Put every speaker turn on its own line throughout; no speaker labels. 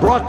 brought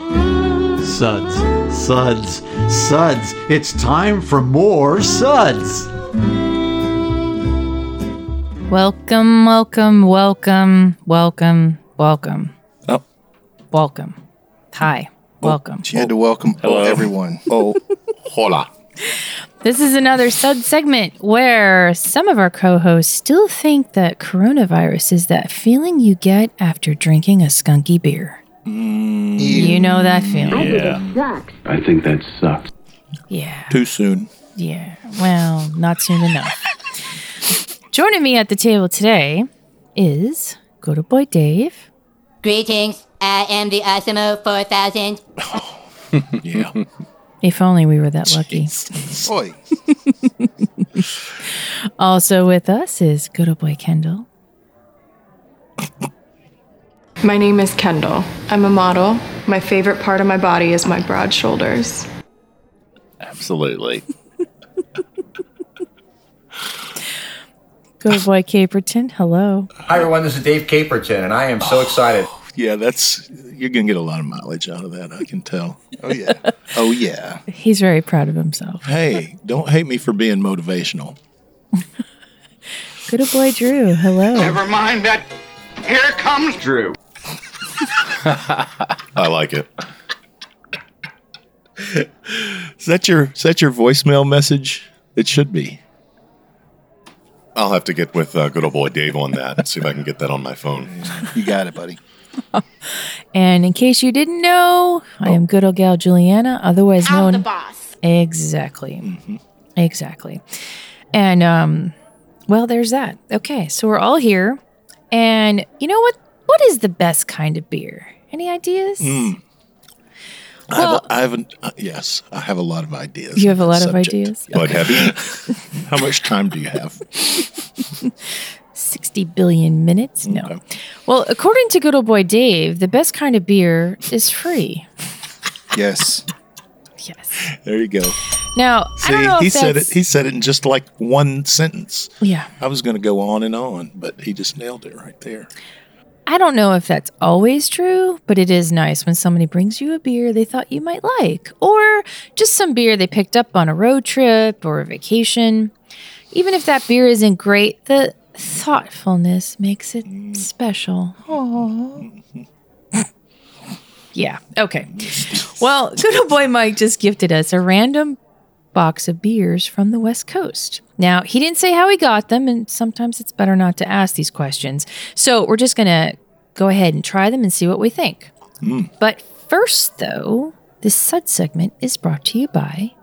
Suds, suds, suds. It's time for more suds.
Welcome, welcome, welcome, welcome, welcome,
Oh,
welcome. Hi, welcome.
She had to welcome everyone.
oh, hola.
This is another sud segment where some of our co hosts still think that coronavirus is that feeling you get after drinking a skunky beer. You know that feeling.
Yeah.
I think that sucks.
Yeah.
Too soon.
Yeah. Well, not soon enough. Joining me at the table today is good old boy Dave.
Greetings, I am the Osimo 4000.
Yeah.
If only we were that lucky.
Boy,
Also with us is good old boy Kendall.
My name is Kendall. I'm a model. My favorite part of my body is my broad shoulders.
Absolutely.
Good old boy Caperton. Hello.
Hi everyone, this is Dave Caperton, and I am so excited.
Yeah, that's you're gonna get a lot of mileage out of that. I can tell.
oh yeah,
Oh yeah.
He's very proud of himself.
Hey, don't hate me for being motivational.
Good old boy Drew. Hello.
mind that. Here comes Drew.
I like it. is that your is that your voicemail message? It should be.
I'll have to get with uh, good old boy Dave on that and see if I can get that on my phone.
you got it, buddy.
And in case you didn't know, I am good old gal Juliana, otherwise known
boss.
Exactly. Exactly. And um well, there's that. Okay, so we're all here. And you know what what is the best kind of beer? Any ideas?
I have,
Well-
a, I have an, uh, yes, I have a lot of ideas.
You
on
have a
that
lot of
subject.
ideas.
But have you?
How much time do you have?
60 billion minutes? No.
Okay.
Well, according to good old boy Dave, the best kind of beer is free.
Yes,
Yes.
There you go.
Now, I don't
See,
know if
he said it.
that's-
He said it in just like one sentence.
yeah.
I was going to go on and on, but he just nailed it right there.
I don't know if that's always true, but it is nice when somebody brings you a beer they thought you might like, or just some beer they picked up on a road trip or a vacation. Even if that beer isn't great, the thoughtfulness makes it special. Aww. yeah, okay. Well, good old boy Mike just gifted us a random box of beers from the West Coast. Now, he didn't say how he got them, and sometimes it's better not to ask these questions. So we're just going to go ahead and try them and see what we think. But first, though, this sud segment is brought to you by.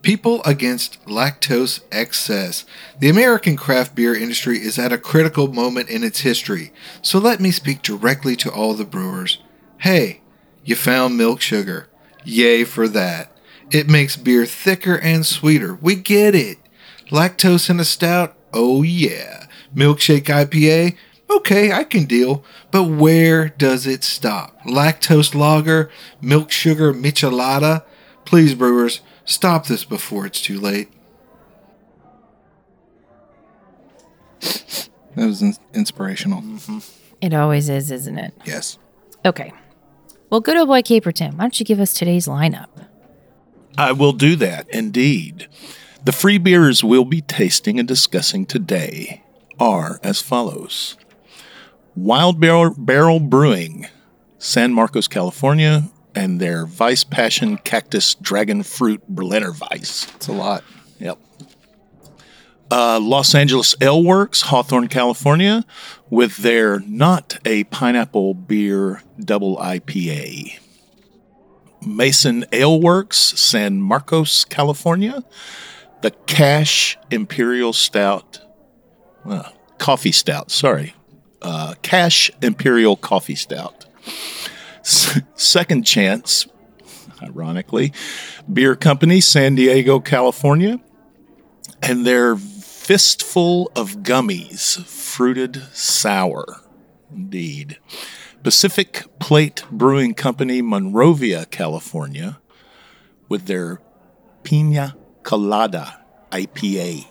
People against lactose excess. The American craft beer industry is at a critical moment in its history, so let me speak directly to all the brewers. Hey, you found milk sugar. Yay for that. It makes beer thicker and sweeter. We get it. Lactose in a stout? Oh yeah. Milkshake IPA? Okay, I can deal. But where does it stop? Lactose lager? Milk sugar michelada? Please, brewers, stop this before it's too late. That was in- inspirational.
It always is, isn't it?
Yes.
Okay. Well, good old boy Caperton, why don't you give us today's lineup?
I will do that, indeed. The free beers we'll be tasting and discussing today are as follows Wild Barrel, Barrel Brewing, San Marcos, California, and their Vice Passion Cactus Dragon Fruit Berliner Weiss.
It's a lot.
Yep. Uh, Los Angeles Ale Works, Hawthorne, California, with their not a pineapple beer double IPA. Mason Ale Works, San Marcos, California, the Cash Imperial Stout, uh, Coffee Stout, sorry, uh, Cash Imperial Coffee Stout. S- Second Chance, ironically, beer company, San Diego, California, and their fistful of gummies, fruited sour. Indeed. Pacific Plate Brewing Company, Monrovia, California, with their Pina Colada IPA.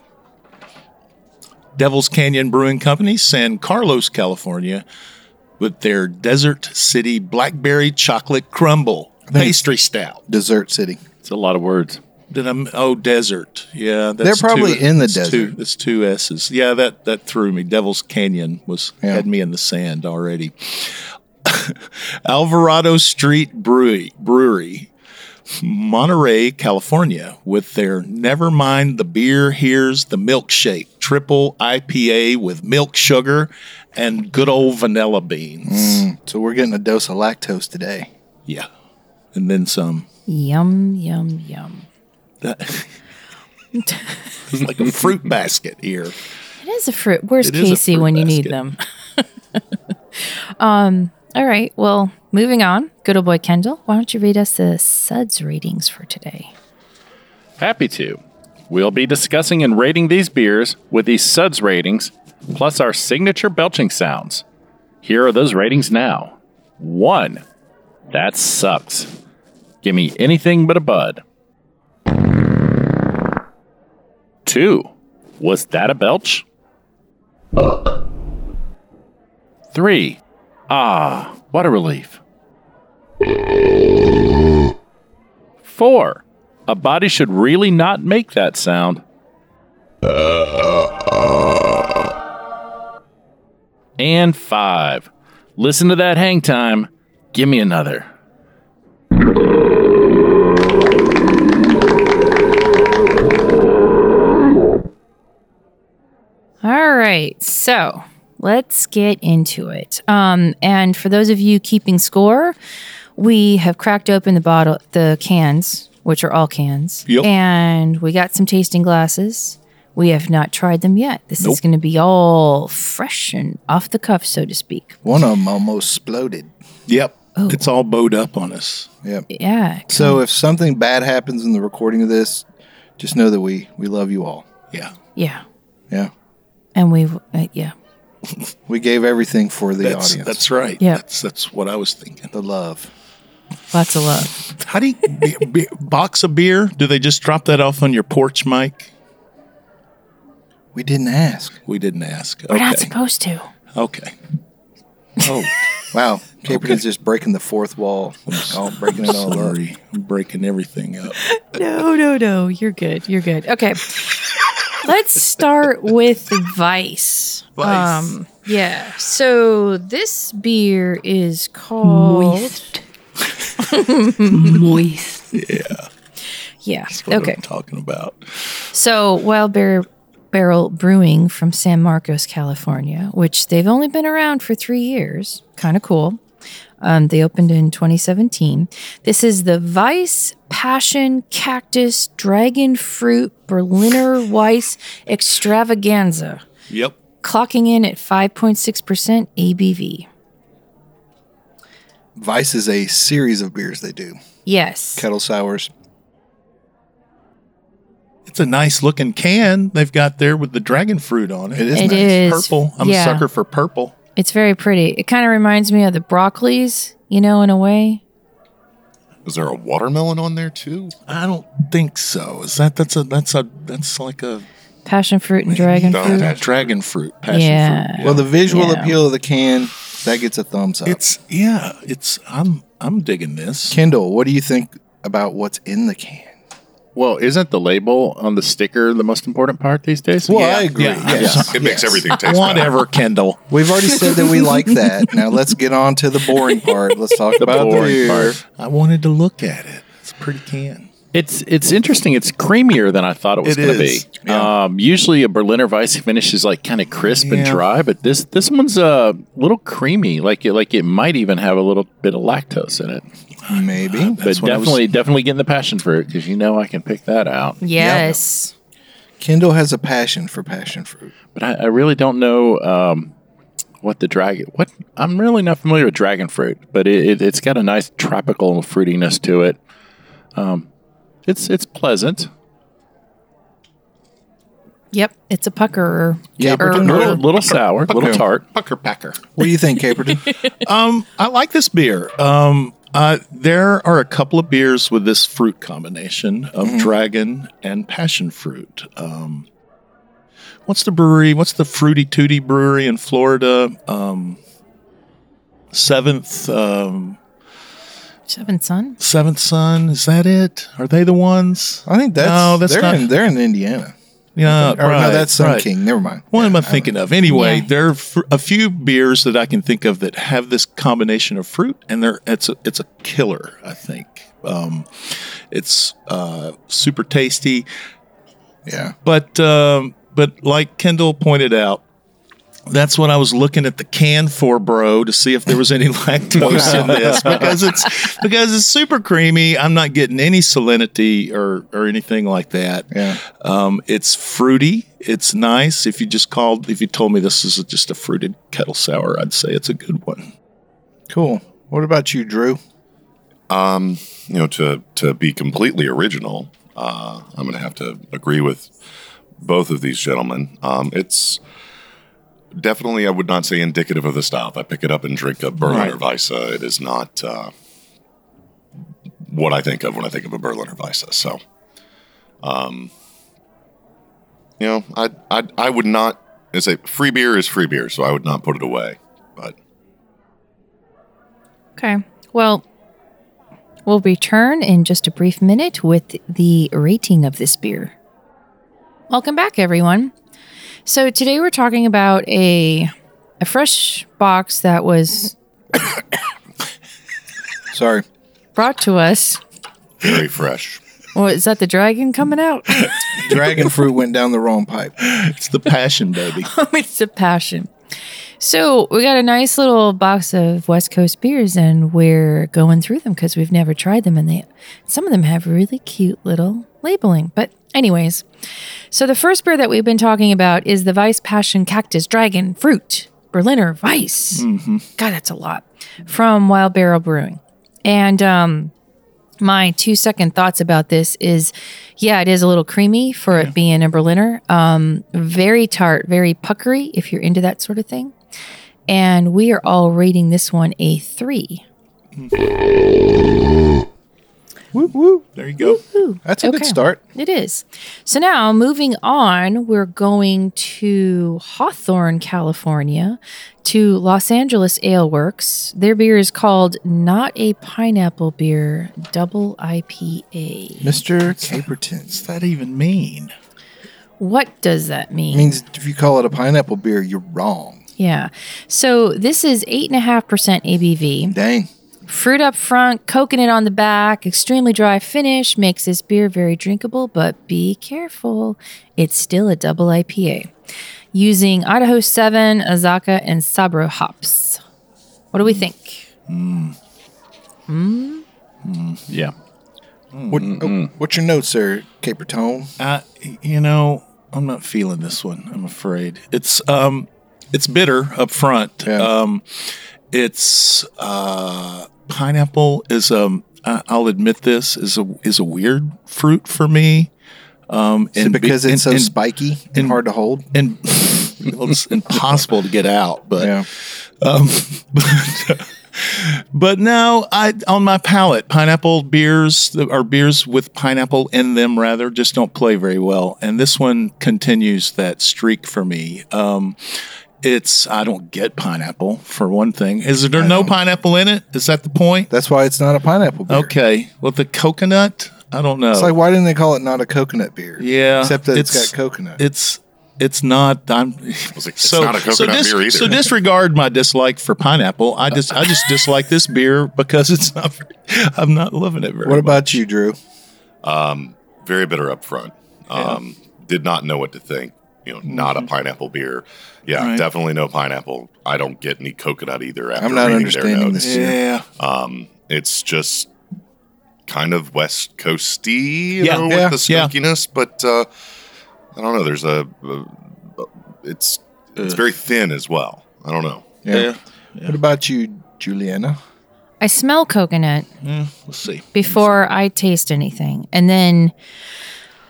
Devil's Canyon Brewing Company, San Carlos, California, with their Desert City Blackberry Chocolate Crumble Pastry Stout.
Dessert City.
It's a lot of words.
Did I? m- Oh, desert. Yeah, that's
They're probably
two-
in the
that's Two,
desert.
that's two S's. Yeah, that that threw me. Devil's Canyon was had me in the sand already. Alvarado Street Brewery, Brewery, Monterey, California, with their Never Mind the Beer, Here's the Milkshake Triple IPA with milk sugar and good old vanilla beans.
So we're getting a dose of lactose today.
Yeah, and then some.
Yum, yum, yum.
That- it's like a fruit basket here.
It is a fruit. Where's
It is a
Casey
fruit
when you need
basket.
them? um. All right. Well, moving on. Good old boy Kendall, why don't you read us the suds ratings for today?
Happy to. We'll be discussing and rating these beers with these suds ratings, plus our signature belching sounds. Here are those ratings now. One, that sucks. Give me anything but a bud. Two, was that a belch? Three, ah, what a relief. Four, a body should really not make that sound. And five, listen to that hang time. Give me another.
All right. So let's get into it. Um, and for those of you keeping score, we have cracked open the bottle, the cans, which are all cans.
Yep.
And we got some tasting glasses. We have not tried them yet. This is
Nope.
going to be all fresh and off the cuff, so to speak.
One of them almost exploded.
Yep. It's all bowed up on us.
Yep.
Yeah.
Mm.
So if something bad happens in the recording of this, just know that we we love you all.
Yeah.
Yeah.
Yeah.
And we, uh, yeah.
We gave everything for the
That's,
audience.
that's right.
Yeah.
That's, that's what I was thinking.
the love.
Lots of love.
How do you be, be- box a beer? Do they just drop that off on your porch, Mike?
We didn't ask.
We didn't ask.
We're not
Okay.
supposed to.
Okay.
Oh. wow. Caperton's just breaking the fourth wall. Oh, breaking it all up.
Sorry. I'm breaking everything up.
No, no, no. You're good. You're good. Okay. Let's start with Vice. Um,
Vice.
yeah. So this beer is called
Moist.
Yeah.
What
Okay.
I'm talking about.
So Wild Bear Barrel Brewing from San Marcos, California, which they've only been around for three years. Kind of cool. Um, they opened in 2017. This is the Vice Passion Cactus Dragon Fruit Berliner Weiss Extravaganza.
Yep.
clocking in at 5.6% ABV.
Vice is a series of beers they do.
Yes.
Kettle sours.
It's a nice looking can they've got there with the dragon fruit on it.
It is
It
nice.
is.
Purple. I'm
yeah.
a sucker for purple.
It's very pretty. It kind of reminds me of the broccolis, you know, in a way.
Is there a watermelon on there too?
I don't think so. Is that that's a that's a that's like a
Passion fruit and dragon
Don't
fruit.
have-
dragon fruit passion
Yeah.
fruit.
Well, the visual
Yeah.
appeal of the can, that gets a thumbs up.
Oh, It's yeah, it's I'm I'm digging this.
Kendall, what do you think about what's in the can?
Well, isn't the label on the sticker the most important part these days?
Well, I agree.
yeah.
Yes.
It makes
yes.
everything taste better.
Whatever, Kendall.
We've already said that we like that. Now let's get on to the boring part. Let's talk about the
boring
beer.
part.
I wanted to look at it. It's a pretty can.
It's it's interesting. It's creamier than I thought it was
It
going to be.
is,
Um, usually, a Berliner Weiss finish is like kind of crisp and
Yeah.
dry, but this this one's a little creamy. Like it like it might even have a little bit of lactose in it.
Maybe.
But
what I was-
definitely definitely getting the passion fruit because you know I can pick that out.
Yes.
Kendall has a passion for passion fruit.
But I, I really don't know um, what the dragon. What I'm really not familiar with dragon fruit, but it, it, it's got a nice tropical fruitiness to it. Um, it's it's pleasant.
Yep, it's a pucker.
Yeah,
er,
little, little sour, little tart.
Pucker packer.
What do you think, Caperton?
um, I like this beer. Um, uh, there are a couple of beers with this fruit combination of
Mm-hmm.
dragon and passion fruit. Um, what's the brewery? What's the Fruity Tooty Brewery in Florida? Um, seventh, um,
Seven Sun.
Seventh Son. Is that it? Are they the ones?
I think that's,
no. That's
they're
not.
in, they're in Indiana.
yeah,
Or,
right,
no, that's Sun
right.
King. Never mind.
What am I thinking of? Anyway, there are fr- a few beers that I can think of that have this combination of fruit, and they're it's a, it's a killer. I think um, it's uh, super tasty,
Yeah.
but um, but like Kendall pointed out. That's what I was looking at the can for, bro, to see if there was any lactose in this because it's because it's super creamy. I'm not getting any salinity or or anything like that.
Yeah.
Um, it's fruity. It's nice. If you just called, if you told me this is just a fruited kettle sour, I'd say it's a good one.
Cool. What about you, Drew?
Um, you know, to to be completely original, uh, I'm going to have to agree with both of these gentlemen. Um, it's definitely, I would not say indicative of the style. If I pick it up and drink a Berliner Weisse, it is not uh, what I think of when I think of a Berliner Weisse. So, um, you know, I I I would not. I say free beer is free beer, so I would not put it away. But
Okay. Well, we'll return in just a brief minute with the rating of this beer. Welcome back, everyone. So today we're talking about a a fresh box that was
Sorry.
brought to us.
very fresh.
Well, is that the dragon coming out?
Dragon fruit went down the wrong pipe.
It's the passion, baby.
it's a passion. So we got a nice little box of West Coast beers, and we're going through them because we've never tried them, and they some of them have really cute little labeling. But anyways, so the first beer that we've been talking about is the Vice Passion Cactus Dragon Fruit Berliner Vice. God, that's a lot from Wild Barrel Brewing, and um, my two second thoughts about this is yeah it is a little creamy for it being a berliner um, very tart very puckery if you're into that sort of thing and we are all rating this one a three
Woo woo.
There you go.
Ooh,
That's a good
okay.
start.
it is so now moving on we're going to hawthorne california to los angeles ale works their beer is called not a pineapple beer double ipa
Mr. Caperton.
What's that even mean?
what does that mean
means if you call it a pineapple beer, you're wrong.
Yeah. So this is 8.5% ABV.
Dang.
Fruit up front, coconut on the back, extremely dry finish makes this beer very drinkable, but be careful. It's still a double IPA. Using Idaho 7, Azaka, and Sabro hops. What do we think?
Yeah.
What, oh, what's your notes there, Caperton?
Uh, you know, I'm not feeling this one. I'm afraid it's um, it's bitter up front.
Yeah.
Um, it's uh, pineapple is um, I- I'll admit this is a is a weird fruit for me. Um,
Is it
be-
because it's so
and,
spiky and,
and-
hard to hold?
and, well, it's impossible to get out, but
Yeah.
um, but, but no, I on my palate, pineapple beers th- or beers with pineapple in them rather just don't play very well. And this one continues that streak for me. Um, it's I don't get pineapple for one thing. Is there no pineapple in it? Is that the point?
That's why it's not a pineapple beer.
Okay, well the coconut, I don't know.
It's like why didn't they call it not a coconut beer?
yeah,
Except that it's got coconut.
It's it's not. I'm
It's like, it's not a coconut beer either.
So disregard my dislike for pineapple. I just I just dislike this beer because it's not. very- I'm not loving it very.
what about you, Drew?
Um, very bitter up front. Um, Did not know what to think. You know, not
Mm-hmm.
a pineapple beer. Yeah,
Right.
definitely no pineapple. I don't get any coconut either. After
I'm not
reading their
understanding
notes.
this.
much. Yeah,
Um, it's just kind of West Coasty, you
Yeah,
know,
yeah,
with the
yeah.
skunkiness. But uh, I don't know. There's a, a- it's it's
Ugh.
very thin as well. I don't know.
Yeah. What about you, Juliana?
I smell coconut
Let's Mm, see.
before I taste anything. And then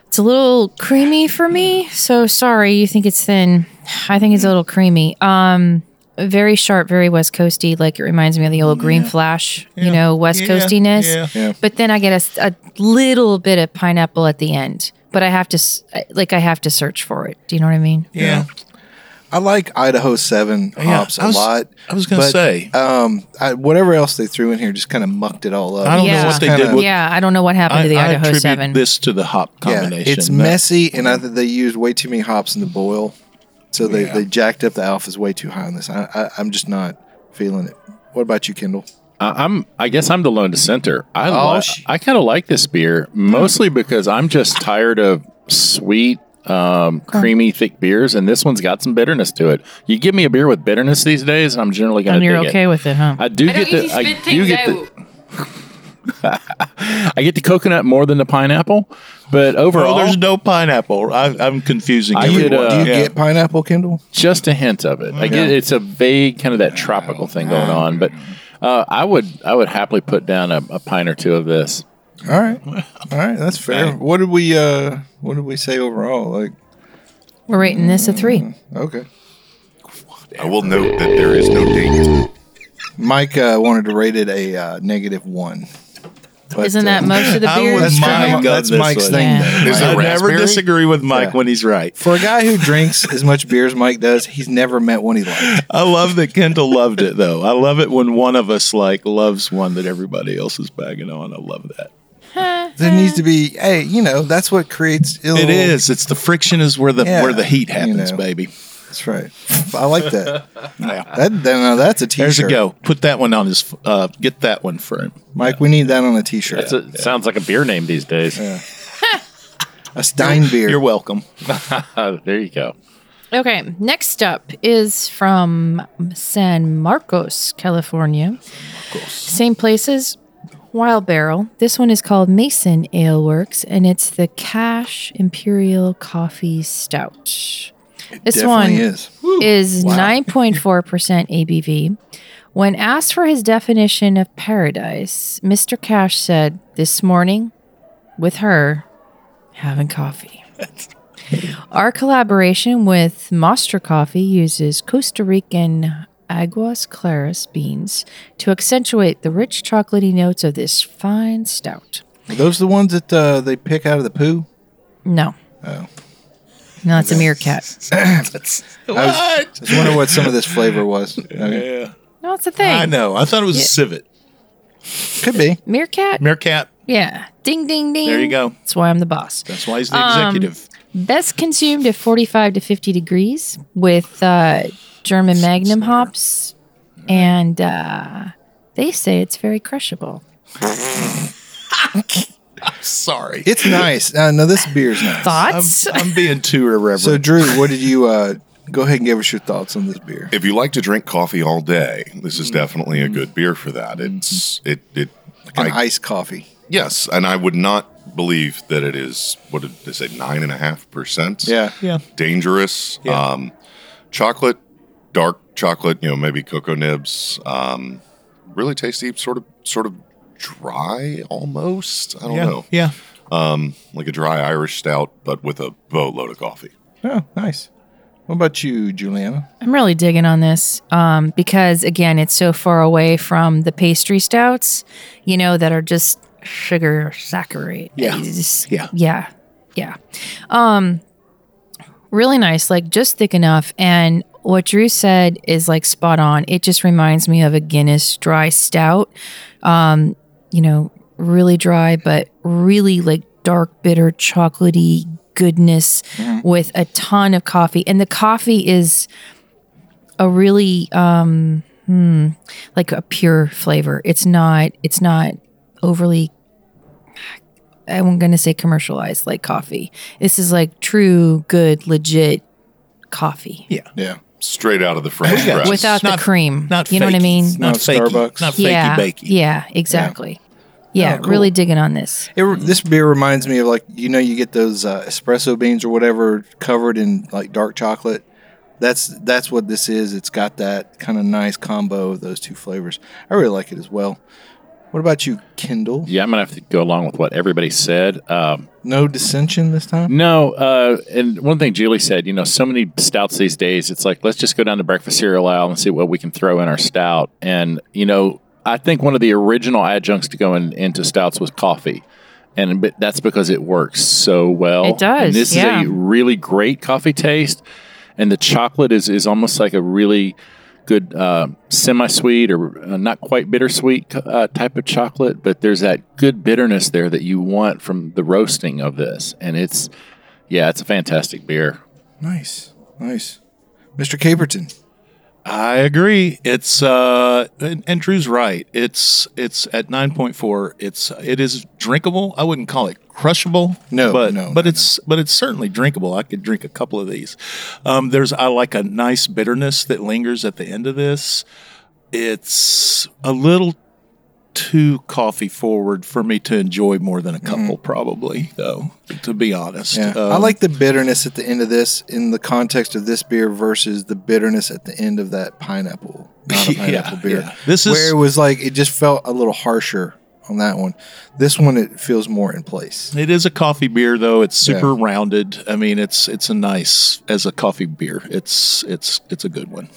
it's a little creamy for me. So sorry, you think it's thin. I think it's a little creamy. Um very sharp, very West Coasty. Like it reminds me of the
Mm,
old green flash, you know, West
Yeah.
Coastiness.
Yeah. Yeah.
But then I get a s- a, little bit of pineapple at the end. But I have to, s- like, I have to search for it. Do you know what I mean?
Yeah. I like Idaho 7
Yeah,
hops a
I was-
lot.
I was gonna
but,
say.
Um, I, whatever else they threw in here just kind of mucked it all up.
I don't know
It's
what they
kinda-
did with-
yeah, I don't know what happened to the Idaho
attribute
7.
this to the hop combination.
Yeah, it's
That-
messy, and I think they used way too many hops in the boil, so they,
Yeah.
they jacked up the alphas way too high on this. I, I I'm just not feeling it. What about you, Kendall?
I- I'm. I guess I'm the lone dissenter. I
Oh,
lo-
sh-
I kind of like this beer mostly because I'm just tired of sweet, um, creamy, thick beers, and this one's got some bitterness to it. You give me a beer with bitterness these days, and I'm generally going
And
to.
you're okay with it, huh?
I do get the. I do get the. I get the coconut more than the pineapple,
Oh,
but overall,
there's
no pineapple. I, I'm confusing. I
do you,
get, uh,
do you get pineapple, Kendall?
just a hint of it. I get it's a vague kind of that tropical thing going on, but uh, I would I would happily put down a, a pint or two of this.
All right, all right, that's fair. What did we uh What did we say overall? Like,
We're rating this a three.
okay,
I will note that there is no date.
Mike uh, wanted to rate it a uh, negative one. But,
Isn't that
uh,
most of the
I
beers?
was
for
Mike
him?
on That's this Mike's one. thing, though. Is it
I never
raspberry?
disagree with Mike
Yeah.
when he's right.
For a guy who drinks as much beer as Mike does, he's never met one he liked.
I love that Kendall loved it though. I love it when one of us like loves one that everybody else is bagging on. I love that.
There needs to be, hey, you know, that's what creates. a
It
little-
is. It's the friction is where the
Yeah,
where the heat
you
happens,
know.
baby.
That's right. I like that. That then now that's a t-shirt.
There's a go. Put that one on his. Uh, get that one for him.
Mike, we need that on a t-shirt.
That's a, Sounds like a beer name these days.
a Stein beer.
You're welcome.
Oh, there you go.
Okay, next up is from San Marcos, California. Same places, Wild Barrel. This one is called Mason Ale Works, and it's the Cash Imperial Coffee Stout. this
definitely
one
is.
is
Wow.
9.4% ABV. When asked for his definition of paradise, Mr. Cash said, This morning, with her, having coffee. Our collaboration with Mostra Coffee uses Costa Rican Aguas Claras beans to accentuate the rich chocolatey notes of this fine stout.
Are those the ones that uh, they pick out of the poo?
No,
Oh.
no, it's a meerkat.
I was, I was wondering what some of this flavor was. Okay.
Yeah.
No, it's a thing.
I know. I thought it was a civet.
Could be.
Meerkat?
Meerkat.
Yeah. Ding, ding, ding.
There you go.
That's why I'm the boss.
That's why he's the
Um,
executive.
Best consumed at 45 to 50 degrees with uh, German Magnum hops. And uh, they say it's very crushable.
Sorry.
It's nice. Uh, no, this beer's nice.
Thoughts?
I'm, being too irreverent.
So, Drew, what did you uh, go ahead and give us your thoughts on this beer?
If you like to drink coffee all day, this is definitely a good beer for that. It's it it
An iced coffee.
yes, and I would not believe that it is what did they say nine and a half percent.
Yeah.
Yeah.
dangerous. Um, chocolate, dark chocolate, you know, maybe cocoa nibs. Um, really tasty, sort of, sort of dry almost. I don't
Yeah,
know.
yeah.
Um, like a dry Irish stout, but with a boatload of coffee.
Oh, nice. What about you, Juliana?
I'm really digging on this um, because, again, it's so far away from the pastry stouts, you know, that are just sugar saccharate.
Yeah.
Yeah. Yeah. Yeah. Um, really nice, like just thick enough. And what Drew said is like spot on. It just reminds me of a Guinness dry stout. Um, you know, really dry, but really like dark, bitter, chocolatey goodness with a ton of coffee. And the coffee is a really um hmm, like a pure flavor. It's not it's not overly I'm going to say commercialized like coffee. This is like true, good, legit coffee.
Yeah.
Yeah.
Straight out of the French press.
Without the cream. Not you know what I mean?
Not Not fakey. Starbucks.
Not
yeah,
fakey-bakey.
Yeah, exactly.
Yeah.
Yeah,
Oh, cool.
really digging on this.
It, re- this beer reminds me of like you know you get those uh, espresso beans or whatever covered in like dark chocolate. That's that's what this is. It's got that kind of nice combo of those two flavors. I really like it as well. What about you, Kindle?
Yeah, I'm gonna have to go along with what everybody said. Um,
No dissension this time.
Mm-hmm.
no, uh, and one thing Julie said, you know, so many stouts these days, it's like let's just go down to breakfast cereal aisle and see what we can throw in our stout. And you know, I think one of the original adjuncts to go in, into stouts was coffee, and but that's because it works so well.
It does,
And this
yeah.
is a really great coffee taste, and the chocolate is is almost like a really good uh, semi-sweet or uh, not quite bittersweet uh, type of chocolate, but there's that good bitterness there that you want from the roasting of this, and it's yeah, it's a fantastic beer.
Nice, nice. Mr. Caperton.
I agree. It's uh, and, and Drew's right. It's it's at nine point four. It's it is drinkable. I wouldn't call it crushable.
No,
but
no,
but it's but it's certainly drinkable. I could drink a couple of these. Um, there's I like a nice bitterness that lingers at the end of this. It's a little too coffee forward for me to enjoy more than a couple, probably though. To be honest,
Mm-hmm. Yeah. I
Um,
like the bitterness at the end of this in the context of this beer versus the bitterness at the end of that pineapple, not a
Yeah,
pineapple beer.
yeah. This is-
where it was like it just felt a little harsher on that one. This one it feels more in place.
It is a coffee beer though. It's super rounded. I mean, it's it's a nice as a coffee beer. It's it's it's a good one.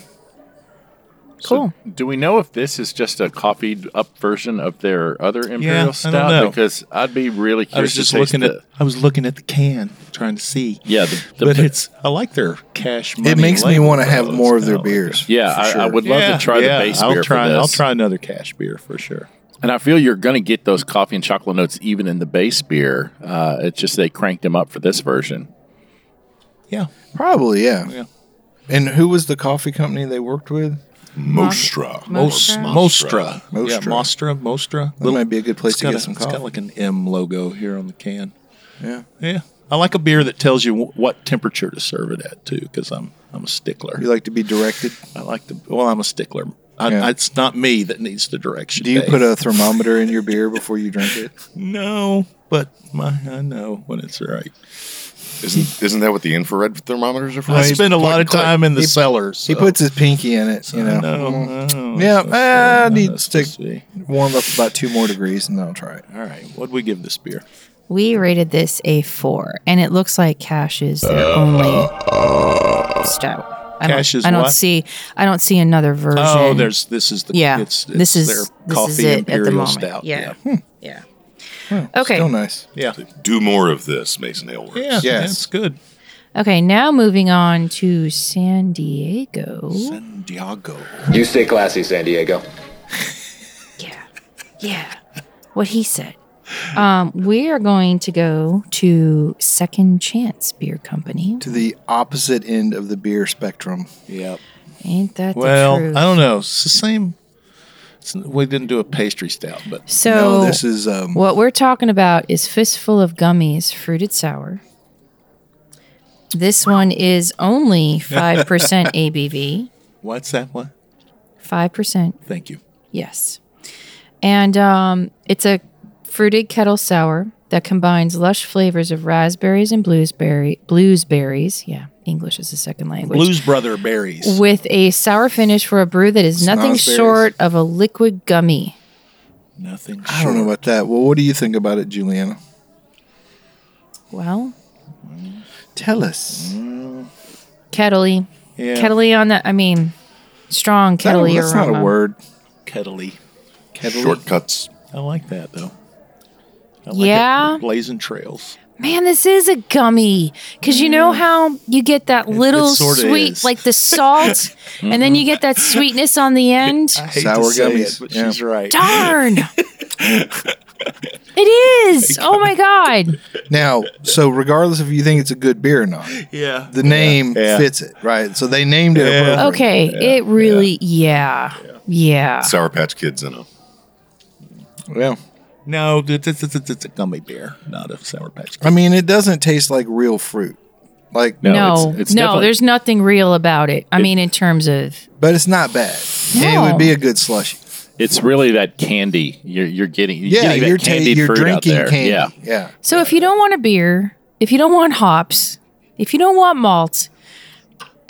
Cool. do we know if this is just a coffeed up version of their other imperial
Yeah, I don't
stout?
know.
Because I'd be really curious.
I was just
to taste
looking
the,
at I was looking at the can trying to see.
yeah, the, the-
but it's I like their cash money.
it makes me
label,
want to
though.
have
It's
more of their
kinda like
beers.
yeah.
for
I, I
sure.
would love
Yeah,
to try
yeah,
the base
I'll
beer
try
for this.
I'll try another cash beer for sure.
And I feel you're going to get those coffee and chocolate notes even in the base beer. Uh, it's just they cranked them up for this version.
Yeah.
Probably, yeah.
Yeah.
And who was the coffee company they worked with?
Mostra.
Mos- Mostra.
Mostra.
Yeah, Mostra, Mostra.
That might be a good place
it's
to
got
get
a-
some
It's got
coffee.
like an M logo here on the can.
Yeah.
Yeah. I like a beer that tells you wh- what temperature to serve it at too cuz I'm I'm a stickler.
You like to be directed?
I like the. Well, I'm a stickler. I,
Yeah.
It's not me that needs the direction.
Do you
Dave.
put a thermometer in your beer before you drink it?
no? But my, I know when it's right.
Isn't isn't that what the infrared thermometers are for?
I spend a lot of time in the
He-
cellar.
He
so-
puts his pinky in it, you know.
I know, I know.
Yeah,
So-
ah, I
know,
need
that's
to
supposed to
take-
be.
warm up about two more degrees, and then I'll try it.
All right, what'd we give this beer?
We rated this a four, and it looks like Cash is their only stout. I
Cash
don't,
is
I don't
what?
see. I don't see another version.
Oh, there's this is the
yeah.
It's, it's
this is
their
this
coffee
is it at
imperial
the moment.
stout.
Yeah, Hmm.
yeah,
yeah. okay.
Still nice.
yeah,
Do more of this, Mason Ale Works.
yeah.
Yes.
That's good.
Okay, now moving on to San Diego.
San Diego.
You stay classy, San Diego.
Yeah. Yeah. What he said. Um, we are going to go to Second Chance Beer Company.
To the opposite end of the beer spectrum.
Yeah.
Ain't that
Well,
the truth?
I don't know. It's the same. It's, we didn't do a pastry stout, but
so
no, this is um,
what we're talking about is Fistful of Gummies Fruited Sour. This one is only 5% ABV.
what's that one?
5%.
Thank you.
Yes. And um, it's a fruited kettle sour that combines lush flavors of raspberries and blueberry, blueberries. Yeah, English is a second language.
Blues Brother berries.
With a sour finish for a brew that is nothing
Snozberries.
short of a liquid gummy.
Nothing.
I don't know about that. Well, what do you think about it, Juliana?
Well,
Tell us.
kettly.
Yeah.
Kettly on the, I mean, strong kettly
that's not
aroma.
a word.
Kettly.
Shortcuts.
I like that though. I like
Yeah.
it. blazing trails.
Man, this is a gummy because you
Mm.
know how you get that little
sorta
sweet,
is.
like the salt,
Mm-hmm.
and then you get that sweetness on the end.
I hate
Sour
to say
gummies.
it, but
Yeah.
she's right.
Darn. it is. Oh my god.
Now, so regardless if you think it's a good beer or not,
Yeah,
the name
Yeah.
fits it, right? So they named it.
Yeah.
appropriately.
Okay, it really yeah. Yeah.
Sour Patch Kids in them.
Yeah.
no, it's, it's, it's, it's a gummy bear, not a sour patch.
I mean, it doesn't taste like real fruit, like,
No,
No.
it's-
No,
it's definitely-
there's nothing real about it. I mean in terms of
but it's not bad. And it
No.
would be a good slushy.
It's really that candy you're you're getting. You're
Yeah,
getting that
you're, ta-
candied
you're
fruit out
drinking
there.
candy.
Yeah,
yeah.
So if you don't want a beer, if you don't want hops, if you don't want malt,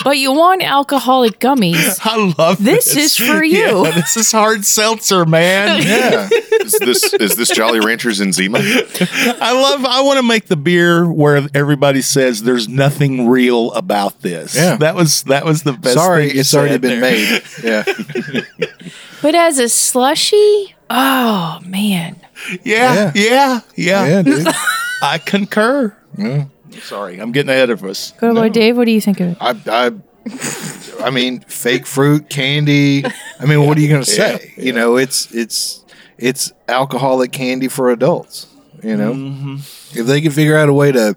but you want alcoholic gummies.
I love
this. This is for you.
Yeah, this is hard seltzer, man.
Yeah. is this is this Jolly Ranchers in Zima?
I love. I want to make the beer where everybody says there's nothing real about this.
Yeah.
that was that was the best.
Sorry,
thing you
it's already
said
been
there.
made. Yeah.
But as a slushy, oh man.
Yeah, yeah, yeah.
Yeah, dude.
I concur.
Yeah.
Sorry, I'm getting ahead of us.
Good Lord Dave, what do you think of it?
I, I, I mean, fake fruit candy. I mean, what are you going to say? You know, it's it's it's alcoholic candy for adults. You know, if they could figure out a way to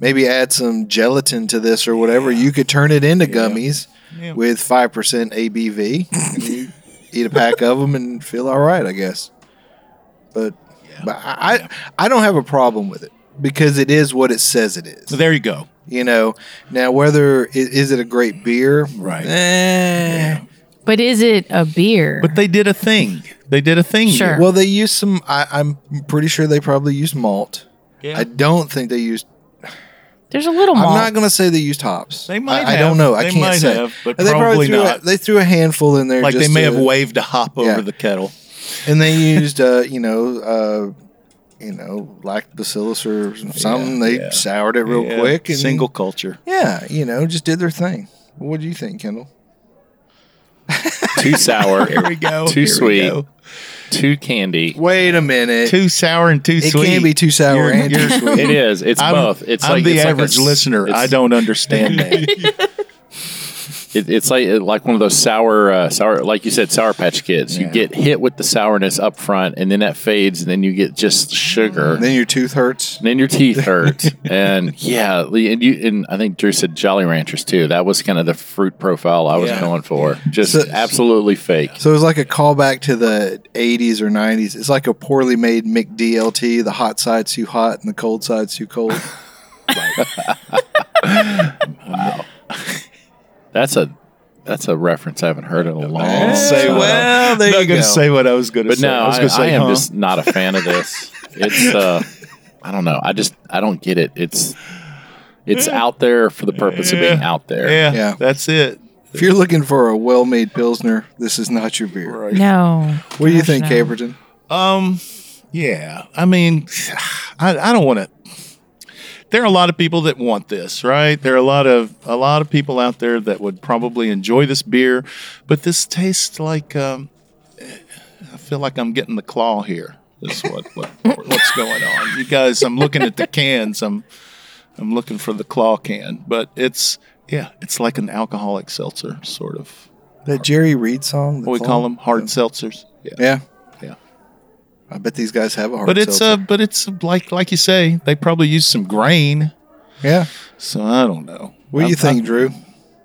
maybe add some gelatin to this or whatever, you could turn it into gummies with five percent ABV. and you eat a pack of them and feel all right, I guess. But, but I, I I don't have a problem with it because it is what it says it is.
So there you go.
You know, now whether is, is it a great beer?
Right.
Eh.
But is it a beer?
But they did a thing. They did a thing.
Sure.
Well, they use some. I, I'm pretty sure they probably used malt.
Yeah.
I don't think they used.
There's a little malt.
I'm not going to say they used hops.
They might
I, I
have.
don't know. I
They
can't
might
say.
have, but
And they
probably
threw
not.
A, they threw a handful in there,
Like they
just
may
to-
have waved a hop
Yeah.
over the kettle.
and they used, uh, you know, uh, you know, lactobacillus or something. they
yeah.
soured it real
Yeah.
quick and
Single culture.
Yeah, you know, just did their thing. What do you think, Kendall?
Too sour.
Here we go.
Too
Here we
sweet.
go.
Too candy.
Wait a minute.
Too sour and too
it
sweet.
can't be too sour
You're-
and too
you're-
sweet.
It is. It's
I'm,
both. It's
I'm
like
the
it's like a
average
s-
listener.
it's-
I don't understand that.
It, it's like like one of those sour, uh, sour, like you said, sour patch kids. You get hit with the sourness up front, and then that fades, and then you get just sugar.
Then your tooth hurts.
And then your teeth hurt, and yeah, the- and you and I think Drew said Jolly Ranchers too. That was kind of the fruit profile I was
Yeah.
going for, just
So-
absolutely fake.
So it was like a callback to the 80s or 90s. It's like a poorly made McDLT. The hot side's too hot and the cold side's too cold.
That's a that's a reference I haven't heard in a long.
say
uh,
time.
well, there you go. Say what I was going to
But
say.
no,
I was
I,
gonna say,
I am
huh?
just not a fan of this. It's uh, I don't know. I just I don't get it. It's it's out there for the purpose of being
Yeah.
out there.
Yeah,
Yeah.
that's it.
if you're looking for a well made Pilsner, this is not your beer.
no.
What do you
Gosh,
think,
no.
Caperton?
Um, yeah. I mean, I, I don't want to. There are a lot of people that want this, right? There are a lot of a lot of people out there that would probably enjoy this beer, but this tastes like. Um, I feel like I'm getting the claw here. Is what, what what's going on, you guys? I'm looking at the cans. I'm I'm looking for the claw can, but it's yeah, it's like an alcoholic seltzer sort of.
That Jerry Reed song? The
What we
Claw?
call them hard seltzers. Yeah.
Yeah.
Yeah.
I bet these guys have a hard
but it's
seltzer.
uh but it's like like you say they probably use some grain
Yeah.
so i don't know
What do you think, Drew?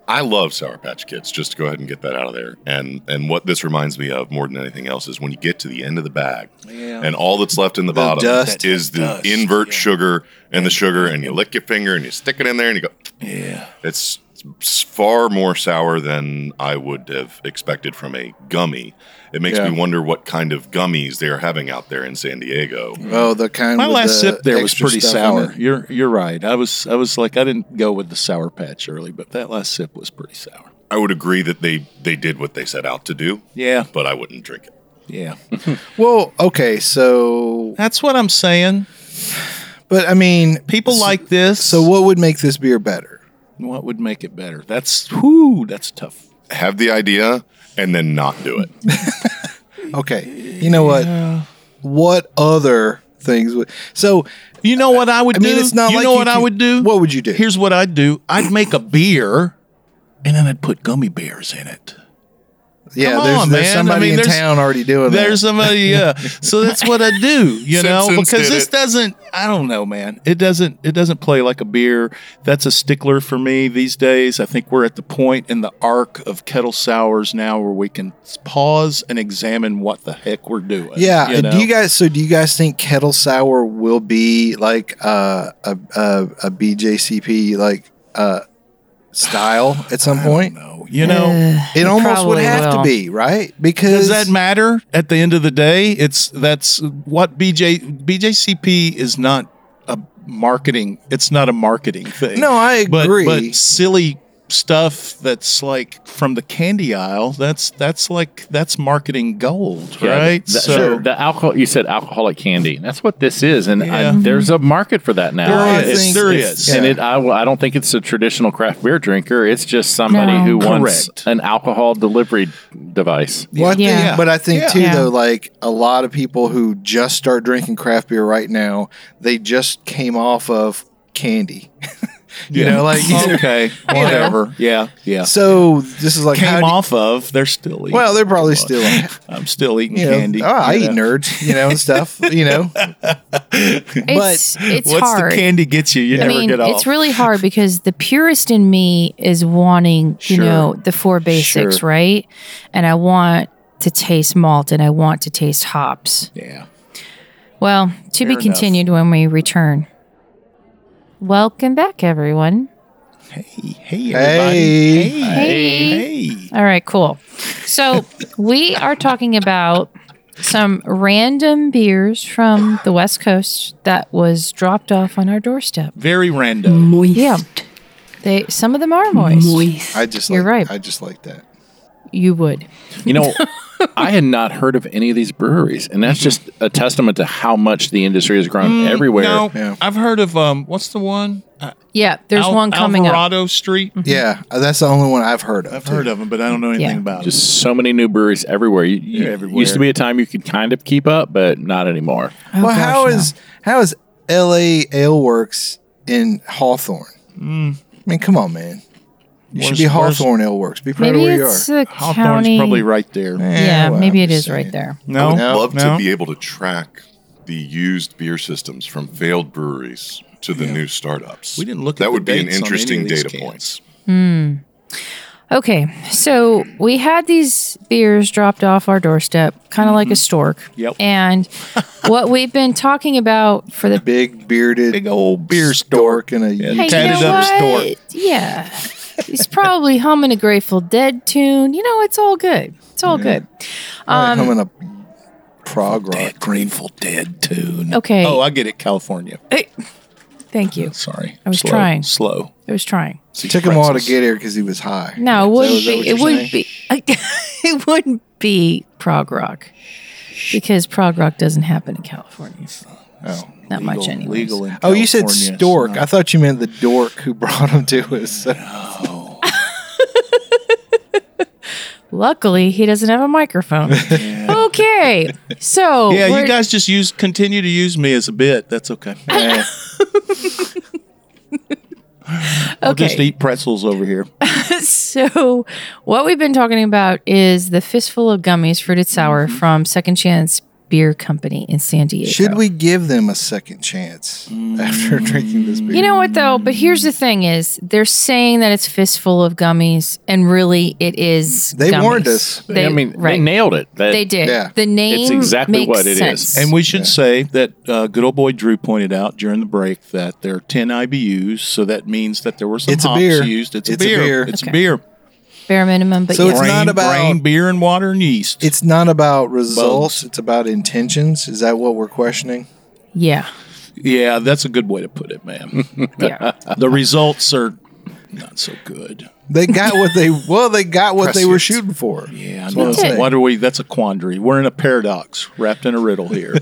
I love Sour Patch Kids. Just to go ahead and get that out of there. And and what this reminds me of more than anything else is when you get to the end of the bag, and all that's left in the, bottom
dust.
is the invert sugar and the sugar, and you lick your finger and you stick it in there and you go.
yeah
It's s- far more sour than I would have expected from a gummy. It makes
Yeah.
me wonder what kind of gummies they are having out there in San Diego.
Oh, the kind
my
with
last
the
sip there was
extra
pretty
stuff in
sour
it.
you're you're right i was i was like i didn't go with the sour patch early but that last sip was pretty sour
I would agree that they they did what they set out to do,
yeah
but I wouldn't drink it.
yeah
Well, okay. So,
that's what i'm saying
but I mean,
people
so-
like this
So, what would make this beer better?
what would make it better that's whoo that's tough
Have the idea and then not do it.
Okay. You know what? What other things would so
you know what i would
I mean,
do
it's not
you
like
know
you
what i
could-
would do
what would you do?
here's what i'd do i'd make a beer and then i'd put gummy bears in it
yeah,
Come
there's,
on,
there's
man.
somebody
I mean,
in
there's-
town already doing
There's
that.
somebody, yeah. So that's what I do, you know,
Simpsons
because
did
this
it.
doesn't. I don't know, man. It doesn't. It doesn't play like a beer. That's a stickler for me these days. I think we're at the point in the arc of kettle sours now where we can pause and examine what the heck we're doing.
yeah.
you know?
Do you guys so do you guys think kettle sour will be like uh, a a a BJCP like uh style at some point?
know? You know.
It almost would
probably
have to
will.
be, right?
Does
Because
that matter? At the end of the day, it's that's what BJ BJCP is not a marketing. It's not a marketing thing.
No, I
But,
agree.
but silly stuff that's like from the candy aisle, that's that's like that's marketing gold,
Yeah,
right?
th- the alcohol you said alcoholic candy. That's what this is, and I,
Yeah.
there's a market for that now.
There
It's-
is. There
it's-
is.
and
Yeah.
it. I, w- I don't think it's a traditional craft beer drinker. It's just somebody
No.
who wants an alcohol delivery device.
Well, I think, but I think
Yeah.
too,
Yeah.
though, like a lot of people who just start drinking craft beer right now, they just came off of candy. you
Yeah.
know, like
Okay, whatever. Yeah, yeah.
So this is like
came
how do-
off of. They're still eating.
Well, they're probably still
I'm still eating
you know,
candy.
Oh, I
you
eat
know.
nerds, you know, and stuff. You know,
It's-
but
it's
what's
hard.
the candy gets you? You
I
never
mean,
get off.
it's really hard because the purist in me is wanting, you
Sure.
know, the four basics,
Sure.
right? And I want to taste malt and I want to taste hops.
Yeah.
Well, to
Fair
be
enough.
continued when we return. Welcome back, everyone.
hey, everybody.
Hey.
Hey. All right, cool. So we are talking about some random beers from the West Coast that was dropped off on our doorstep.
Very random.
Yeah. They some of them are moist.
I just
You're
like,
right.
I just like that.
You would.
You know, I had not heard of any of these breweries, and that's just a testament to how much the industry has grown
Mm-hmm. Mm,
everywhere.
No, I've heard of um. What's the one? Uh,
Yeah, there's
Al-
one coming up. Mm-hmm.
Alvarado Street.
Yeah, that's the only one I've heard of.
I've heard of them, but I don't know anything
Yeah.
about them.
Just so many new breweries everywhere. You, you-
They're everywhere.
Used to be a time you could kind of keep up, but not anymore.
Oh,
well, how is how is L.A. Ale Works in Hawthorne? I mean, come on, man. You
Mm. Where's-
should be
where's-
Hawthorne Ale Works. Be proud
Maybe
of where you are.
it's the
Hawthorne's
county.
probably right there.
Eh,
yeah,
well,
maybe
I'm
it is
just
right
saying.
there.
I
No,
would love
no.
to be able to track the used beer systems from failed breweries to the new startups.
We didn't look at
That
the
would be an
dates on any of
interesting
these
data
cans.
point.
Okay, so we had these beers dropped off our doorstep, kind of like a stork.
Mm-hmm. Yep.
And what we've been talking about for the
Big bearded
Big old beer
stork and a
Hey, you
tatted
know
up
what?
stork.
Yeah. He's probably humming a Grateful Dead tune. You know, it's all good. It's
Mm-hmm.
all good. um,
I'm coming up prog rock.
That Grateful Dead tune.
Okay.
Oh, I get it. California.
Thank you.
Sorry.
I was
Slow,
trying.
Slow.
I was trying.
It took him a while to
pretzels.
get here because he was high.
No, it
Is
wouldn't
that-
be. It
is that what
wouldn't be. it wouldn't be prog rock because prog rock doesn't happen in California.
Oh.
Not much anyway.
Legal in
Oh, you said
California, it's
stork.
not-
I thought you meant the dork who brought him to us.
Luckily, he doesn't have a microphone. Okay, so
yeah,
we're-
you guys just use continue to use me as a bit. That's okay.
Eh,
I'll
Okay.
just eat pretzels over here.
So, what we've been talking about is the fistful of gummies, fruited sour from Second Chance Beer Company in San Diego.
Mm-hmm. Should we give them a second chance
Mm.
after drinking this beer?
You know what though? But here's the thing: is they're saying that it's fistful of gummies, and really it is.
They
gummies.
warned us.
They,
I mean,
right?
they nailed it. That-
They did.
Yeah.
The name
It's exactly
makes
what it is.
sense.
And we should say that uh, good old boy Drew pointed out during the break that there are 10 IBUs, so that means that there were some
It's a
hops
beer.
used. It's,
It's
a
a
beer.
beer.
It's
Okay.
a beer.
bare minimum, but
So
yeah.
it's not
Grain,
about-
grain, beer, and water and yeast.
It's not about results. It's about intentions. Is that what we're questioning?
yeah,
yeah, that's a good way to put it, man.
yeah.
the results are not so good.
They got what they well. They got what they were
Prescience.
shooting for.
Yeah, I
That's what I'm
know.
saying.
What are we? That's a quandary. We're in a paradox, wrapped in a riddle here,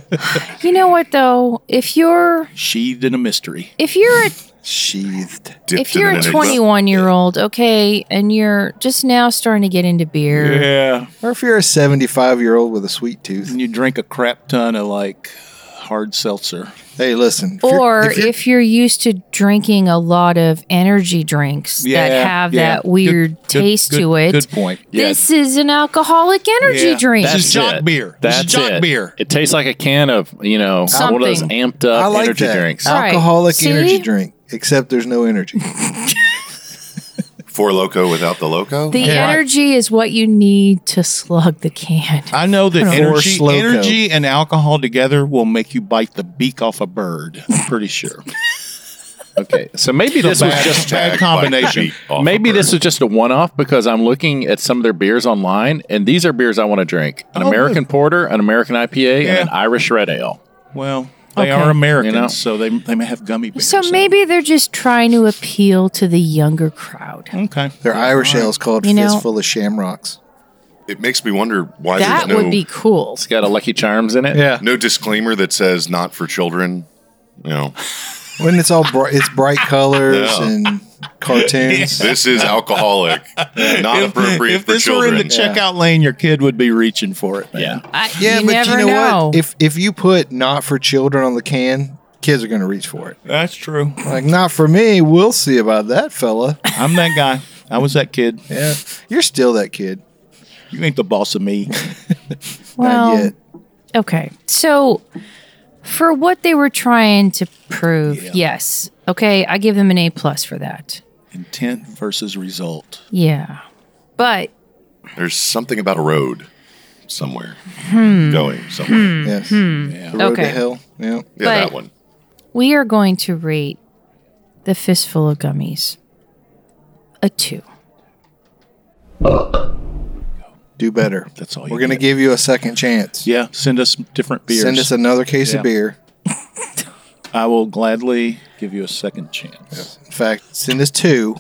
you know what though? If you're
sheathed in a mystery.
if you're a
Sheathed.
Dipped
if you're
in
a
an
21 year old, okay, and you're just now starting to get into beer,
Yeah,
Or if you're a 75 year old with a sweet tooth.
and you drink a crap ton of like hard seltzer.
Hey, listen. if you're-
or if you're,
you're-
used to drinking a lot of energy drinks that
Yeah,
have
yeah.
that
Good-
weird
good-
taste
good-
to it,
good point.
This is an alcoholic energy
Yeah.
drink.
This is jock beer. This
That's
is jock
it.
beer.
It tastes like a can of you know one of those
Something.
amped up
I like
energy
that.
drinks.
Right.
Alcoholic
See?
energy drink, except there's no energy.
Four Loco without the Loco?
the energy is what you need to slug the can.
I know that
Or
energy,
Slowco.
energy and alcohol together will make you bite the beak off a bird. I'm pretty sure.
Okay, so maybe this was
Bad-
just
bad
Hashtag
combination.
bite the beat off
maybe
a bird.
this is just a one off because I'm looking at some of their beers online, and these are beers I want to drink: an
Oh,
American porter, an American IPA,
Yeah.
and an Irish red ale.
Well, They
Okay.
are Americans,
You know?
so they they may have gummy bears.
So maybe they're just trying to appeal to the younger crowd.
Okay.
Their Irish ale is called
You know-
Fistful of Shamrocks.
It makes me wonder why
that
there's no
would be cool.
It's got a Lucky Charms in it.
no disclaimer that says not for children. You know,
When it's all bright, it's bright colors
Yeah.
and cartoons.
this is alcoholic, not appropriate
If
for
this were
children.
in the checkout lane, your kid would be reaching for it.
Yeah.
I,
Yeah,
you
but
never
you know,
know.
what? If if you put not for children on the can, kids are going to reach for it.
That's true.
Like not for me. We'll see about that, fella.
I'm that guy. I was that kid.
Yeah, you're still that kid.
You ain't the boss of me.
well,
yet.
okay. So for what they were trying to prove, yes. Okay, I give them an A plus for that.
Intent versus result.
Yeah. But
There's something about a road somewhere
hmm,
going somewhere.
Yes.
Yeah,
The road
Okay.
to hell. Yeah.
that
But-
one.
we are going to rate the fistful of gummies a two.
Do better.
That's all. You
We're going to
get.
give you a second chance.
Yeah. Send us different beers.
Send us another case
Yeah.
of beer.
I will gladly give you a second chance.
In fact, send us two,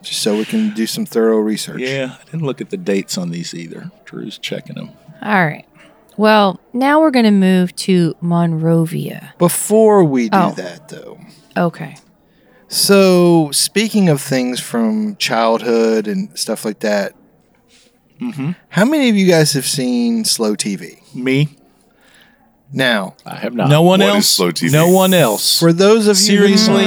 just so we can do some thorough research.
Yeah. I didn't look at the dates on these either. Drew's checking them.
All right. Well, now we're going to move to Monrovia.
Before we do
Oh.
that, though,
Okay.
so speaking of things from childhood and stuff like that,
Mm-hmm.
how many of you guys have seen slow TV?
Me?
Now,
I have not.
No one
Uh, What is
else.
slow Mm. TV?
No one else.
for those of you who-
Seriously,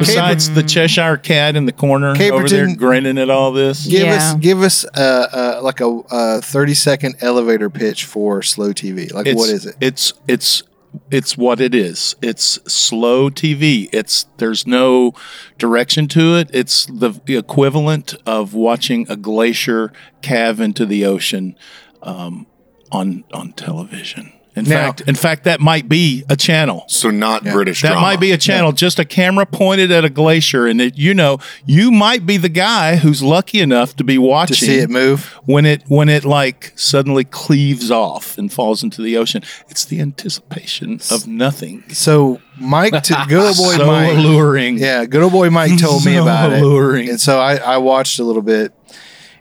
besides the Cheshire Cat in the corner over there
Caperton-
grinning at all this,
give
Yeah.
us give us uh, uh, like a, a thirty second elevator pitch for slow TV. Like,
it's,
what is it?
It's it's it's what it is. It's slow TV. It's there's no direction to it. It's the equivalent of watching a glacier calve into the ocean um, on on television. In
Now-
fact, in fact, that might be a channel.
So not British
That
drama.
might be a channel, just a camera pointed at a glacier, and it, you know you might be the guy who's lucky enough to be watching
To see it move.
when it when it like suddenly cleaves off and falls into the ocean. It's the anticipation of nothing.
So, Mike, to, good old boy
so
Mike.
alluring.
Yeah, good old boy Mike told me
So
about it.
alluring.
And so I, I watched a little bit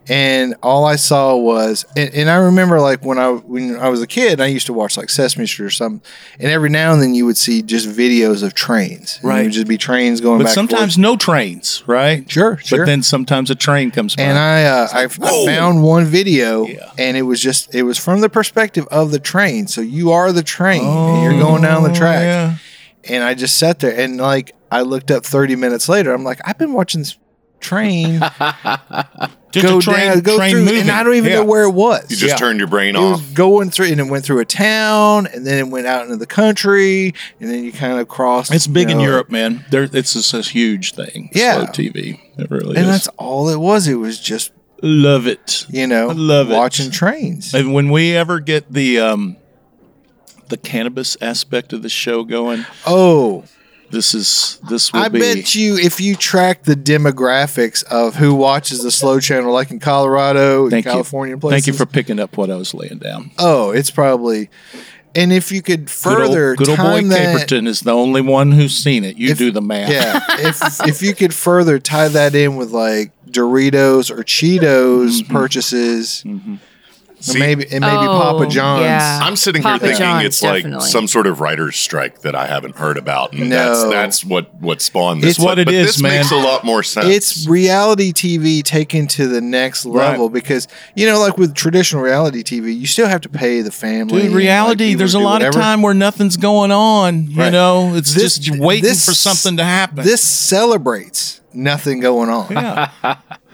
and all I saw was and, and I remember like when I when I was a kid I used to watch like Sesame Street or something and every now and then you would see just videos of trains. And It
Right.
would just be trains going
But
back
sometimes
and
no trains, right?
Sure,
But
sure.
then sometimes a train comes by.
forth. And I uh, I, I
whoa.
found one video
Yeah.
and it was just it was from the perspective of the train. So you are the train and you're going down the tracks.
Oh, Yeah.
And I just sat there and like I looked up 30 minutes later. I'm like, I've been watching this train
Just
go
a train,
down, go
train
through,
moving.
and I don't even
Yeah.
know where it was.
You just turned your brain
it was
off.
going through, and it went through a town, and then it went out into the country, and then you kind of crossed.
It's big
you
in
know,
Europe, man. There, it's just a huge thing.
Yeah.
slow TV. It really
and
is.
that's all it was. It was just
Love it.
you know,
I love it.
watching trains.
And when we ever get the um, the cannabis aspect of the show going,
Oh,
this is this will
I
be.
bet you if you track the demographics of who watches the slow channel, like in Colorado, and
Thank you.
California, and places.
Thank you for picking up what I was laying down.
Oh, it's probably. And if you could further
good old, good old
time
boy
that,
Caperton is the only one who's seen it. You
If-
do the math.
Yeah, if if you could further tie that in with like Doritos or Cheetos
Mm-hmm.
purchases, and
See,
maybe and maybe
Oh,
Papa John's.
yeah.
I'm sitting
Papa
here thinking
John's,
it's like
definitely.
some sort of writer's strike that I haven't heard about, and
No.
that's that's what what spawned this.
It's what it
but
is,
This
man.
makes a lot more sense.
It's reality TV taken to the next level because you know, like with traditional reality TV, you still have to pay the family.
Dude,
and,
reality.
like, people
there's a
do
lot
whatever.
of time where nothing's going on. You
Right.
know, it's
This-
just waiting
this-
for something to happen.
This celebrates nothing going on.
yeah,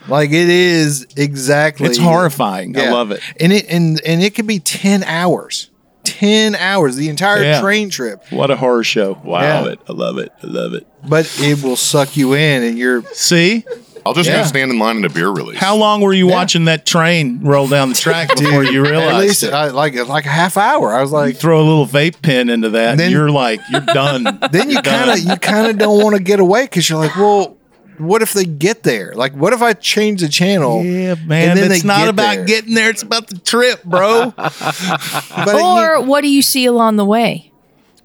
Like it is exactly.
it's horrifying. I
Yeah.
love it.
And it and and it could be ten hours. Ten hours, the entire
Yeah.
train trip.
What a horror show! Wow,
Yeah.
it. I love it. I love it.
But it will suck you in and you're
See,
I'll just
Yeah.
go stand in line at a beer release.
how long were you watching that train roll down the track before you realized?
at least
it?
I, like like a half hour. I was
you
like
throw a little vape pen into that,
Then-
and you're like, you're done.
then you
You're done.
kind of you kind of don't want to get away cuz you're like, well, what if they get there? Like what if I change the channel?
yeah, man.
then
It's
they
not
get
about
there.
getting there. It's about the trip, bro.
But it-
Or what do you see along the way?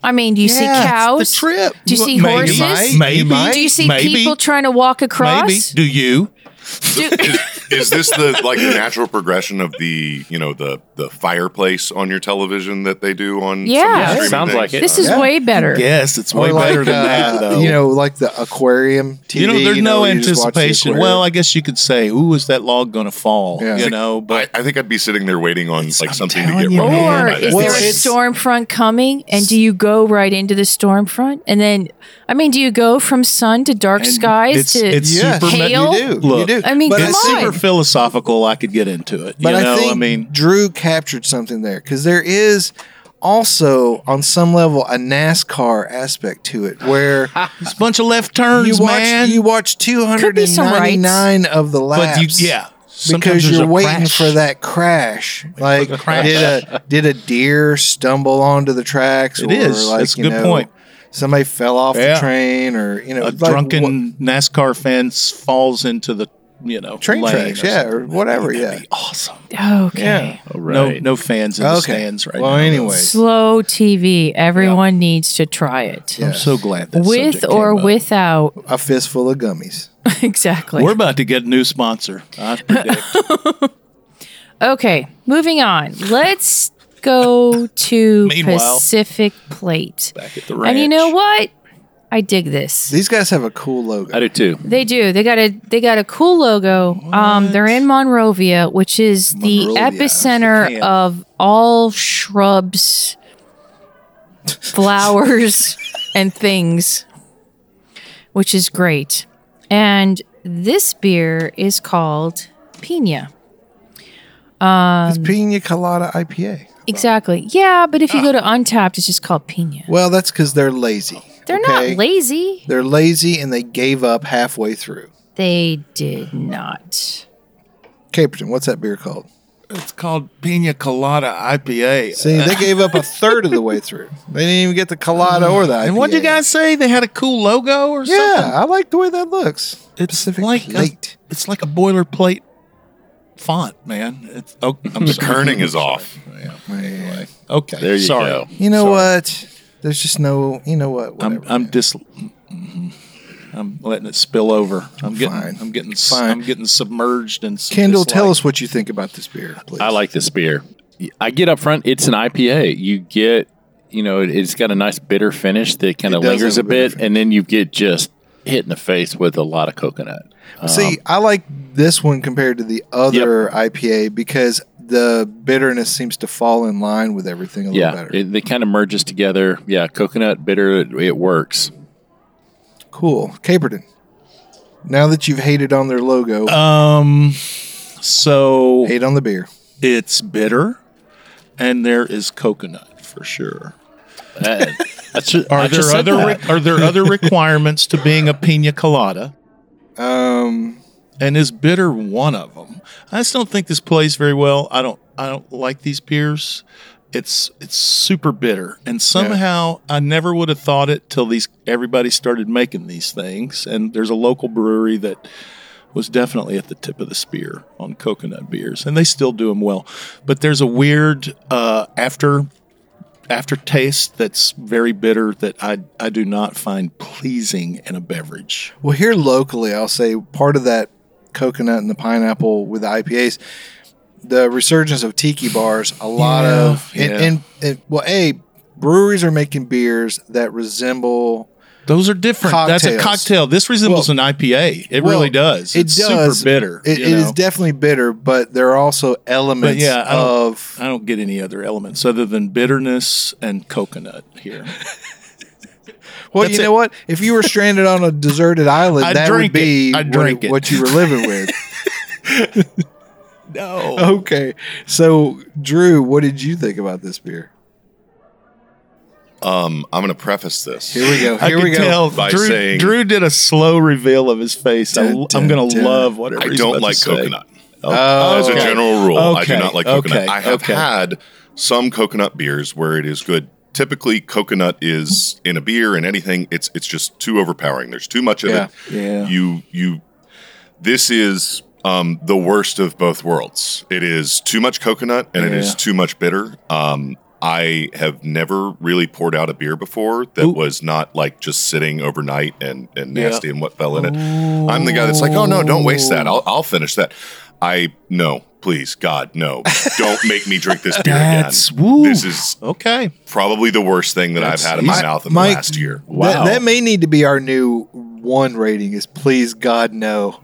I mean, do you see
Yeah, it's
cows?
the trip.
Do you
Well,
see
maybe.
horses?
You might, you might,
Do you see
maybe.
people trying to walk across?
Maybe.
Do you?
Is this the like natural progression of the you know the the fireplace on your television that they do on? some of the
Yeah.
streaming
Sounds
things?
like it.
This is
Yeah.
way better.
Yes, it's way
Or like,
better than that,
uh,
though.
You know, like the aquarium TV.
you know, there's
you
no
you just watch the
anticipation.
aquarium.
Well, I guess you could say, "Ooh, is that log going to fall?"
Yeah.
You know, but
I, I think I'd be sitting there waiting on like something to get
telling you,
run over
Or
by
is
that.
there a storm front coming? And do you go right into the storm front? And then, I mean, do you go from sun to dark
And
skies
it's,
to
it's
Yes,
super.
hail?
You do.
Look,
you do.
I mean,
But
come
it's
on.
super philosophical. I could get into it.
But
you know,
I think
I mean,
Drew captured something there because there is also, on some level, a NASCAR aspect to it where
it's a bunch of left turns,
you watch
man.
you watch two
Could
hundred
be
and
some
ninety
rights.
nine of the laps.
but you, yeah, sometimes
because
there's
you're
a
waiting
crash.
for that crash. Like,
crash.
did a did a deer stumble onto the tracks?
It is. That's a
you
good point.
Somebody fell off
Yeah.
the train, or you know,
a
like, what-
drunken NASCAR fan s- falls into the you know
train
lane
tracks,
or
yeah,
something.
or whatever.
That'd
Yeah,
be awesome.
Okay.
All
right.
No, no fans in the
Okay.
stands right
Well,
now.
anyway.
Slow TV. Everyone needs to try it.
I'm so glad that
With
subject
or
came up.
without.
a fistful of gummies.
exactly.
We're about to get a new sponsor. I predict.
Okay, moving on. Let's go to
Meanwhile-
Pacific Plate.
Back at the
And you
ranch.
know what? I dig this.
These guys have a cool logo.
I do too.
They do. They got a they got a cool logo. Um, they're in Monrovia, which is the
Monrovia,
epicenter
Japan.
of all shrubs, flowers, and things, which is great. And this beer is called Pina. Um,
it's Pina Colada IPA.
Exactly. Yeah, but if you go to
Ah.
Untapped, it's just called Pina.
Well, that's because they're lazy.
They're
okay?
not lazy.
They're lazy and they gave up halfway through.
They did not.
Caperton, what's that beer called?
it's called Pina Colada IPA.
See, they gave up a third of the way through. They didn't even get the colada or the IPA.
and what'd you guys say? They had a cool logo or
Yeah,
something?
I like the way that looks.
It's
Pacific
like
Plate.
A, it's like a boilerplate font, man. It's, oh, I'm
The
sorry.
kerning is off.
Man.
Okay,
There you
sorry.
go.
You know what? There's just no. You know what?
I'm
Whatever,
I'm
man.
dis. mhm. I'm letting it spill over. I'm getting
Fine.
I'm getting
Fine.
Fine. I'm getting submerged in. some
Kendall, tell
dislike.
us what you think about this beer, please.
I like this beer. I get up front. It's an IPA. You get, you know, it, it's got a nice bitter finish that kind
It
of
does
lingers a
have a bitter
bit, and then you get just hit in the face with a lot of coconut. um,
See, I like this one compared to the other IPA because the bitterness seems to fall in line with everything a little
Yeah,
better.
it, they kind of merges together. Yeah, coconut bitter. It, it works.
cool, Caperton. Now that you've hated on their logo,
Uh,
Um, so
hate on the beer.
it's bitter, and there is coconut for sure.
Uh, that's ju-
Are
I
there
just said
other
that.
re- are there other requirements to being a pina colada?
Um,
And is bitter one of them? I just don't think this plays very well. I don't I don't like these beers. It's it's super bitter, and somehow I never would have thought it till these everybody started making these things. And there's a local brewery that was definitely at the tip of the spear on coconut beers, and they still do them well. But there's a weird uh, after aftertaste that's very bitter that I I do not find pleasing in a beverage.
Well, here locally, I'll say part of that coconut and the pineapple with the IPAs, the resurgence of tiki bars, a lot
Yeah,
of and,
yeah.
and, and well, a breweries are making beers that resemble.
Those are different. That's a
Cocktails.
cocktail. This resembles
Well-
an IPA. It
well,
really does. It's super bitter.
It,
you
it is
know?
definitely bitter, but there are also
But
elements
yeah, I don't,
of.
I don't get any other elements other than bitterness and coconut here.
Well,
that's
you know
it.
what? If you were stranded on a deserted island,
I'd
that
drink
would
it.
be
I'd
what-
drink it.
what you were living with.
no.
Oh,
okay, so Drew, what did you think about this beer?
Um, I'm going to preface this.
Here we go.
I
Here
can
we go.
tell
By
Drew,
saying-
Drew did a slow reveal of his face. I,
Dun,
am going to
dun,
love whatever
I
he's
don't
about
like
to say.
coconut.
Oh,
As a
okay.
general rule, I do
Okay,
not like
okay,
coconut. I have
okay.
had some coconut beers where it is good. Typically, coconut is in a beer and anything. It's it's just too overpowering. There's too much of
Yeah,
it.
yeah.
You you. This is um, the worst of both worlds. It is too much coconut and it
Yeah.
is too much bitter. Um, I have never really poured out a beer before that was not like just sitting overnight and, and
Yeah.
nasty and what fell in it. I'm the guy that's like, oh no, don't waste that. I'll, I'll finish that. I, no, please, God, no. Don't make me drink this beer again.
That's- woo.
This is
okay.
probably the worst thing that
That's-
I've had in my
Mike-
mouth in
Mike,
the last year.
That- That, may need to be our new one rating is please God no.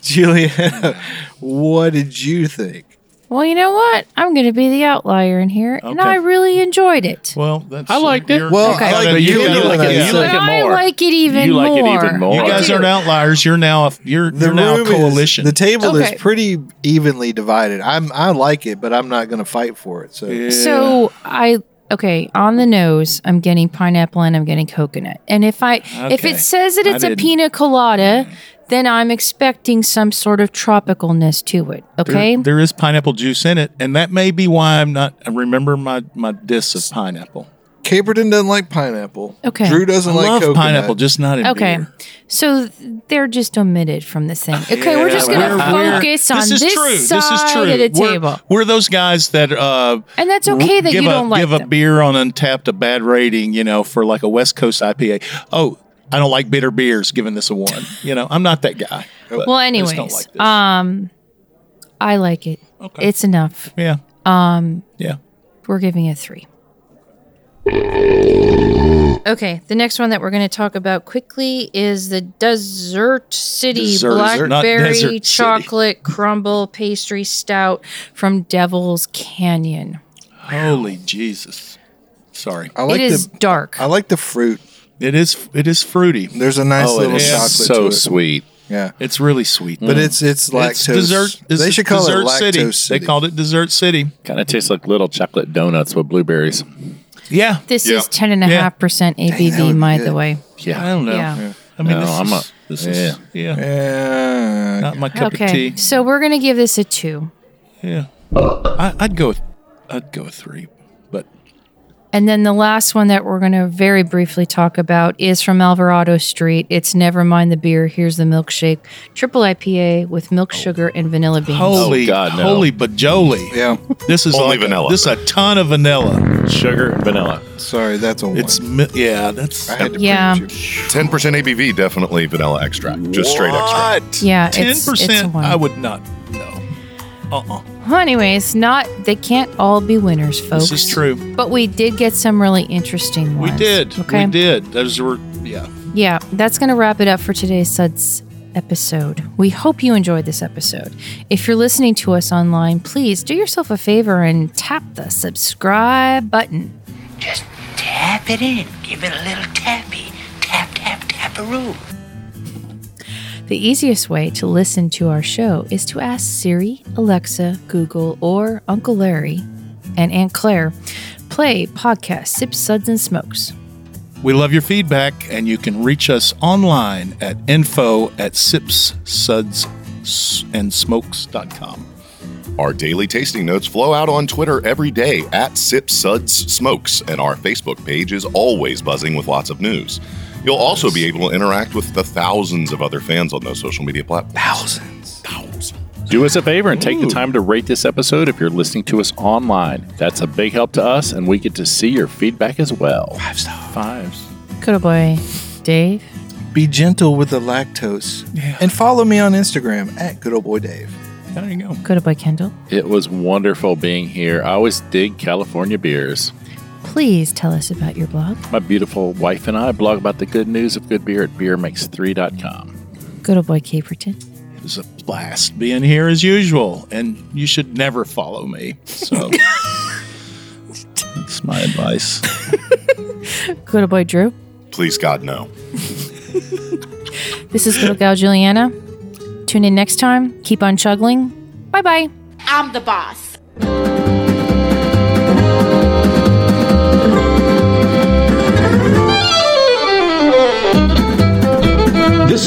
Julia, what did you think?
Well, you know what? I'm going to be the outlier in here, and
Okay.
I really enjoyed it.
Well, that's
I liked it.
Well, I like
But you
you
gotta
more
like
than
it.
I
You
said.
like it
But I
more.
like it even
You like it even
more.
more.
You guys
do.
aren't outliers. You're now you're you're now a
room is-
coalition.
the table
Okay.
is pretty evenly divided. I'm I like it, but I'm not going to fight for it. So
So I okay on the nose. I'm getting pineapple and I'm getting coconut. And if I if
Okay.
it says that
I
it's a
didn't-
pina colada, then I'm expecting some sort of tropicalness to it.
There-
Okay.
there is pineapple juice in it, and that may be why I'm not. I remember my my diss of pineapple.
Caperton doesn't like pineapple.
Okay.
Drew doesn't
I
like
love
coconut.
pineapple, just not in
okay.
beer.
So th- they're just omitted from this thing. Okay, we're just gonna
Yeah, we're- we're-
focus on this, side
This is true.
of the
we're,
table.
we're those guys that, uh,
And that's okay that
give
you
a,
don't like
give a beer on Untapped a bad rating, you know, for like a West Coast IPA. Oh, I don't like bitter beers. Giving this a one, you know, I'm not that guy. but
well,
I
anyways,
just don't like this.
um, I like it.
Okay.
It's enough.
Yeah.
Um,
yeah.
we're giving it three. Okay, the next one that we're going to talk about quickly is the Desert City
Dessert, not
Blackberry
Desert City.
Chocolate Crumble Pastry Stout from Devil's Canyon.
Holy Jesus! Sorry,
I like
it is
the,
dark.
I like the fruit.
It is it is fruity.
There's a nice
Oh, it
little
is
chocolate.
so
to it.
sweet.
Yeah,
it's really sweet,
But it's- it's Mm. lactose.
dessert.
They
it's
should call it
dessert
lactose
city.
city.
They called it dessert city.
Kind of tastes like little chocolate donuts with blueberries.
Yeah.
This
Yeah.
is 10.5% ABV, by the way.
Yeah.
I don't know.
Yeah.
I mean,
No,
this
I'm
is,
a-
this
yeah.
is yeah.
Uh,
Not my cup of
Okay,
tea.
so we're going to give this a two.
Yeah. I, I'd go with I'd go with three, but
And then the last one that we're going to very briefly talk about is from Alvarado Street. It's Never Mind the Beer, Here's the Milkshake, triple IPA with
Oh.
milk sugar and vanilla beans.
holy
God, no.
holy bajoli.
Yeah.
This is
Only
like a-
vanilla.
this is a ton of vanilla.
Sugar and vanilla.
Sorry, that's a one.
It's mi- yeah, that's
Yeah.
Ten percent ABV, definitely vanilla extract, just straight extract.
Yeah,
ten
it's- it's a
percent.
one.
I would not. No. Uh. uh
Well, anyways, not they can't all be winners, folks.
This is true.
But we did get some really interesting
We
ones.
did.
Okay.
We did. Those were yeah.
Yeah, that's going to wrap it up for today's Suds episode. We hope you enjoyed this episode. If you're listening to us online, please do yourself a favor and tap the subscribe button.
Just tap it in. Give it a little tappy. Tap, tap, tap a roo.
The easiest way to listen to our show is to ask Siri, Alexa, Google, or Uncle Larry and Aunt Claire, play podcast Sips, Suds, and Smokes.
We love your feedback, and you can reach us online at info at sips, suds, s- and smokes.com.
Our daily tasting notes flow out on Twitter every day at Sip Suds Smokes, and our Facebook page is always buzzing with lots of news. You'll also be able to interact with the thousands of other fans on those social media platforms. Thousands. Thousands.
Do us a favor and take the time to rate this episode if you're listening to us online. That's a big help to us, and we get to see your feedback as well. Five stars. Fives.
Good boy, Dave.
Be gentle with the lactose. And follow me on Instagram at good old boy Dave.
There you go.
Good boy, Kendall.
It was wonderful being here. I always dig California beers.
Please tell us about your blog,
My beautiful wife and I blog about the good news of good beer at beermakes3.com.
Good old boy, Caperton.
It was a blast being here as usual, and you should never follow me. So that's my advice.
Good old boy, Drew.
Please, God, no.
This is Little Gal Juliana. Tune in next time. Keep on chuggling. Bye bye.
I'm the boss.
This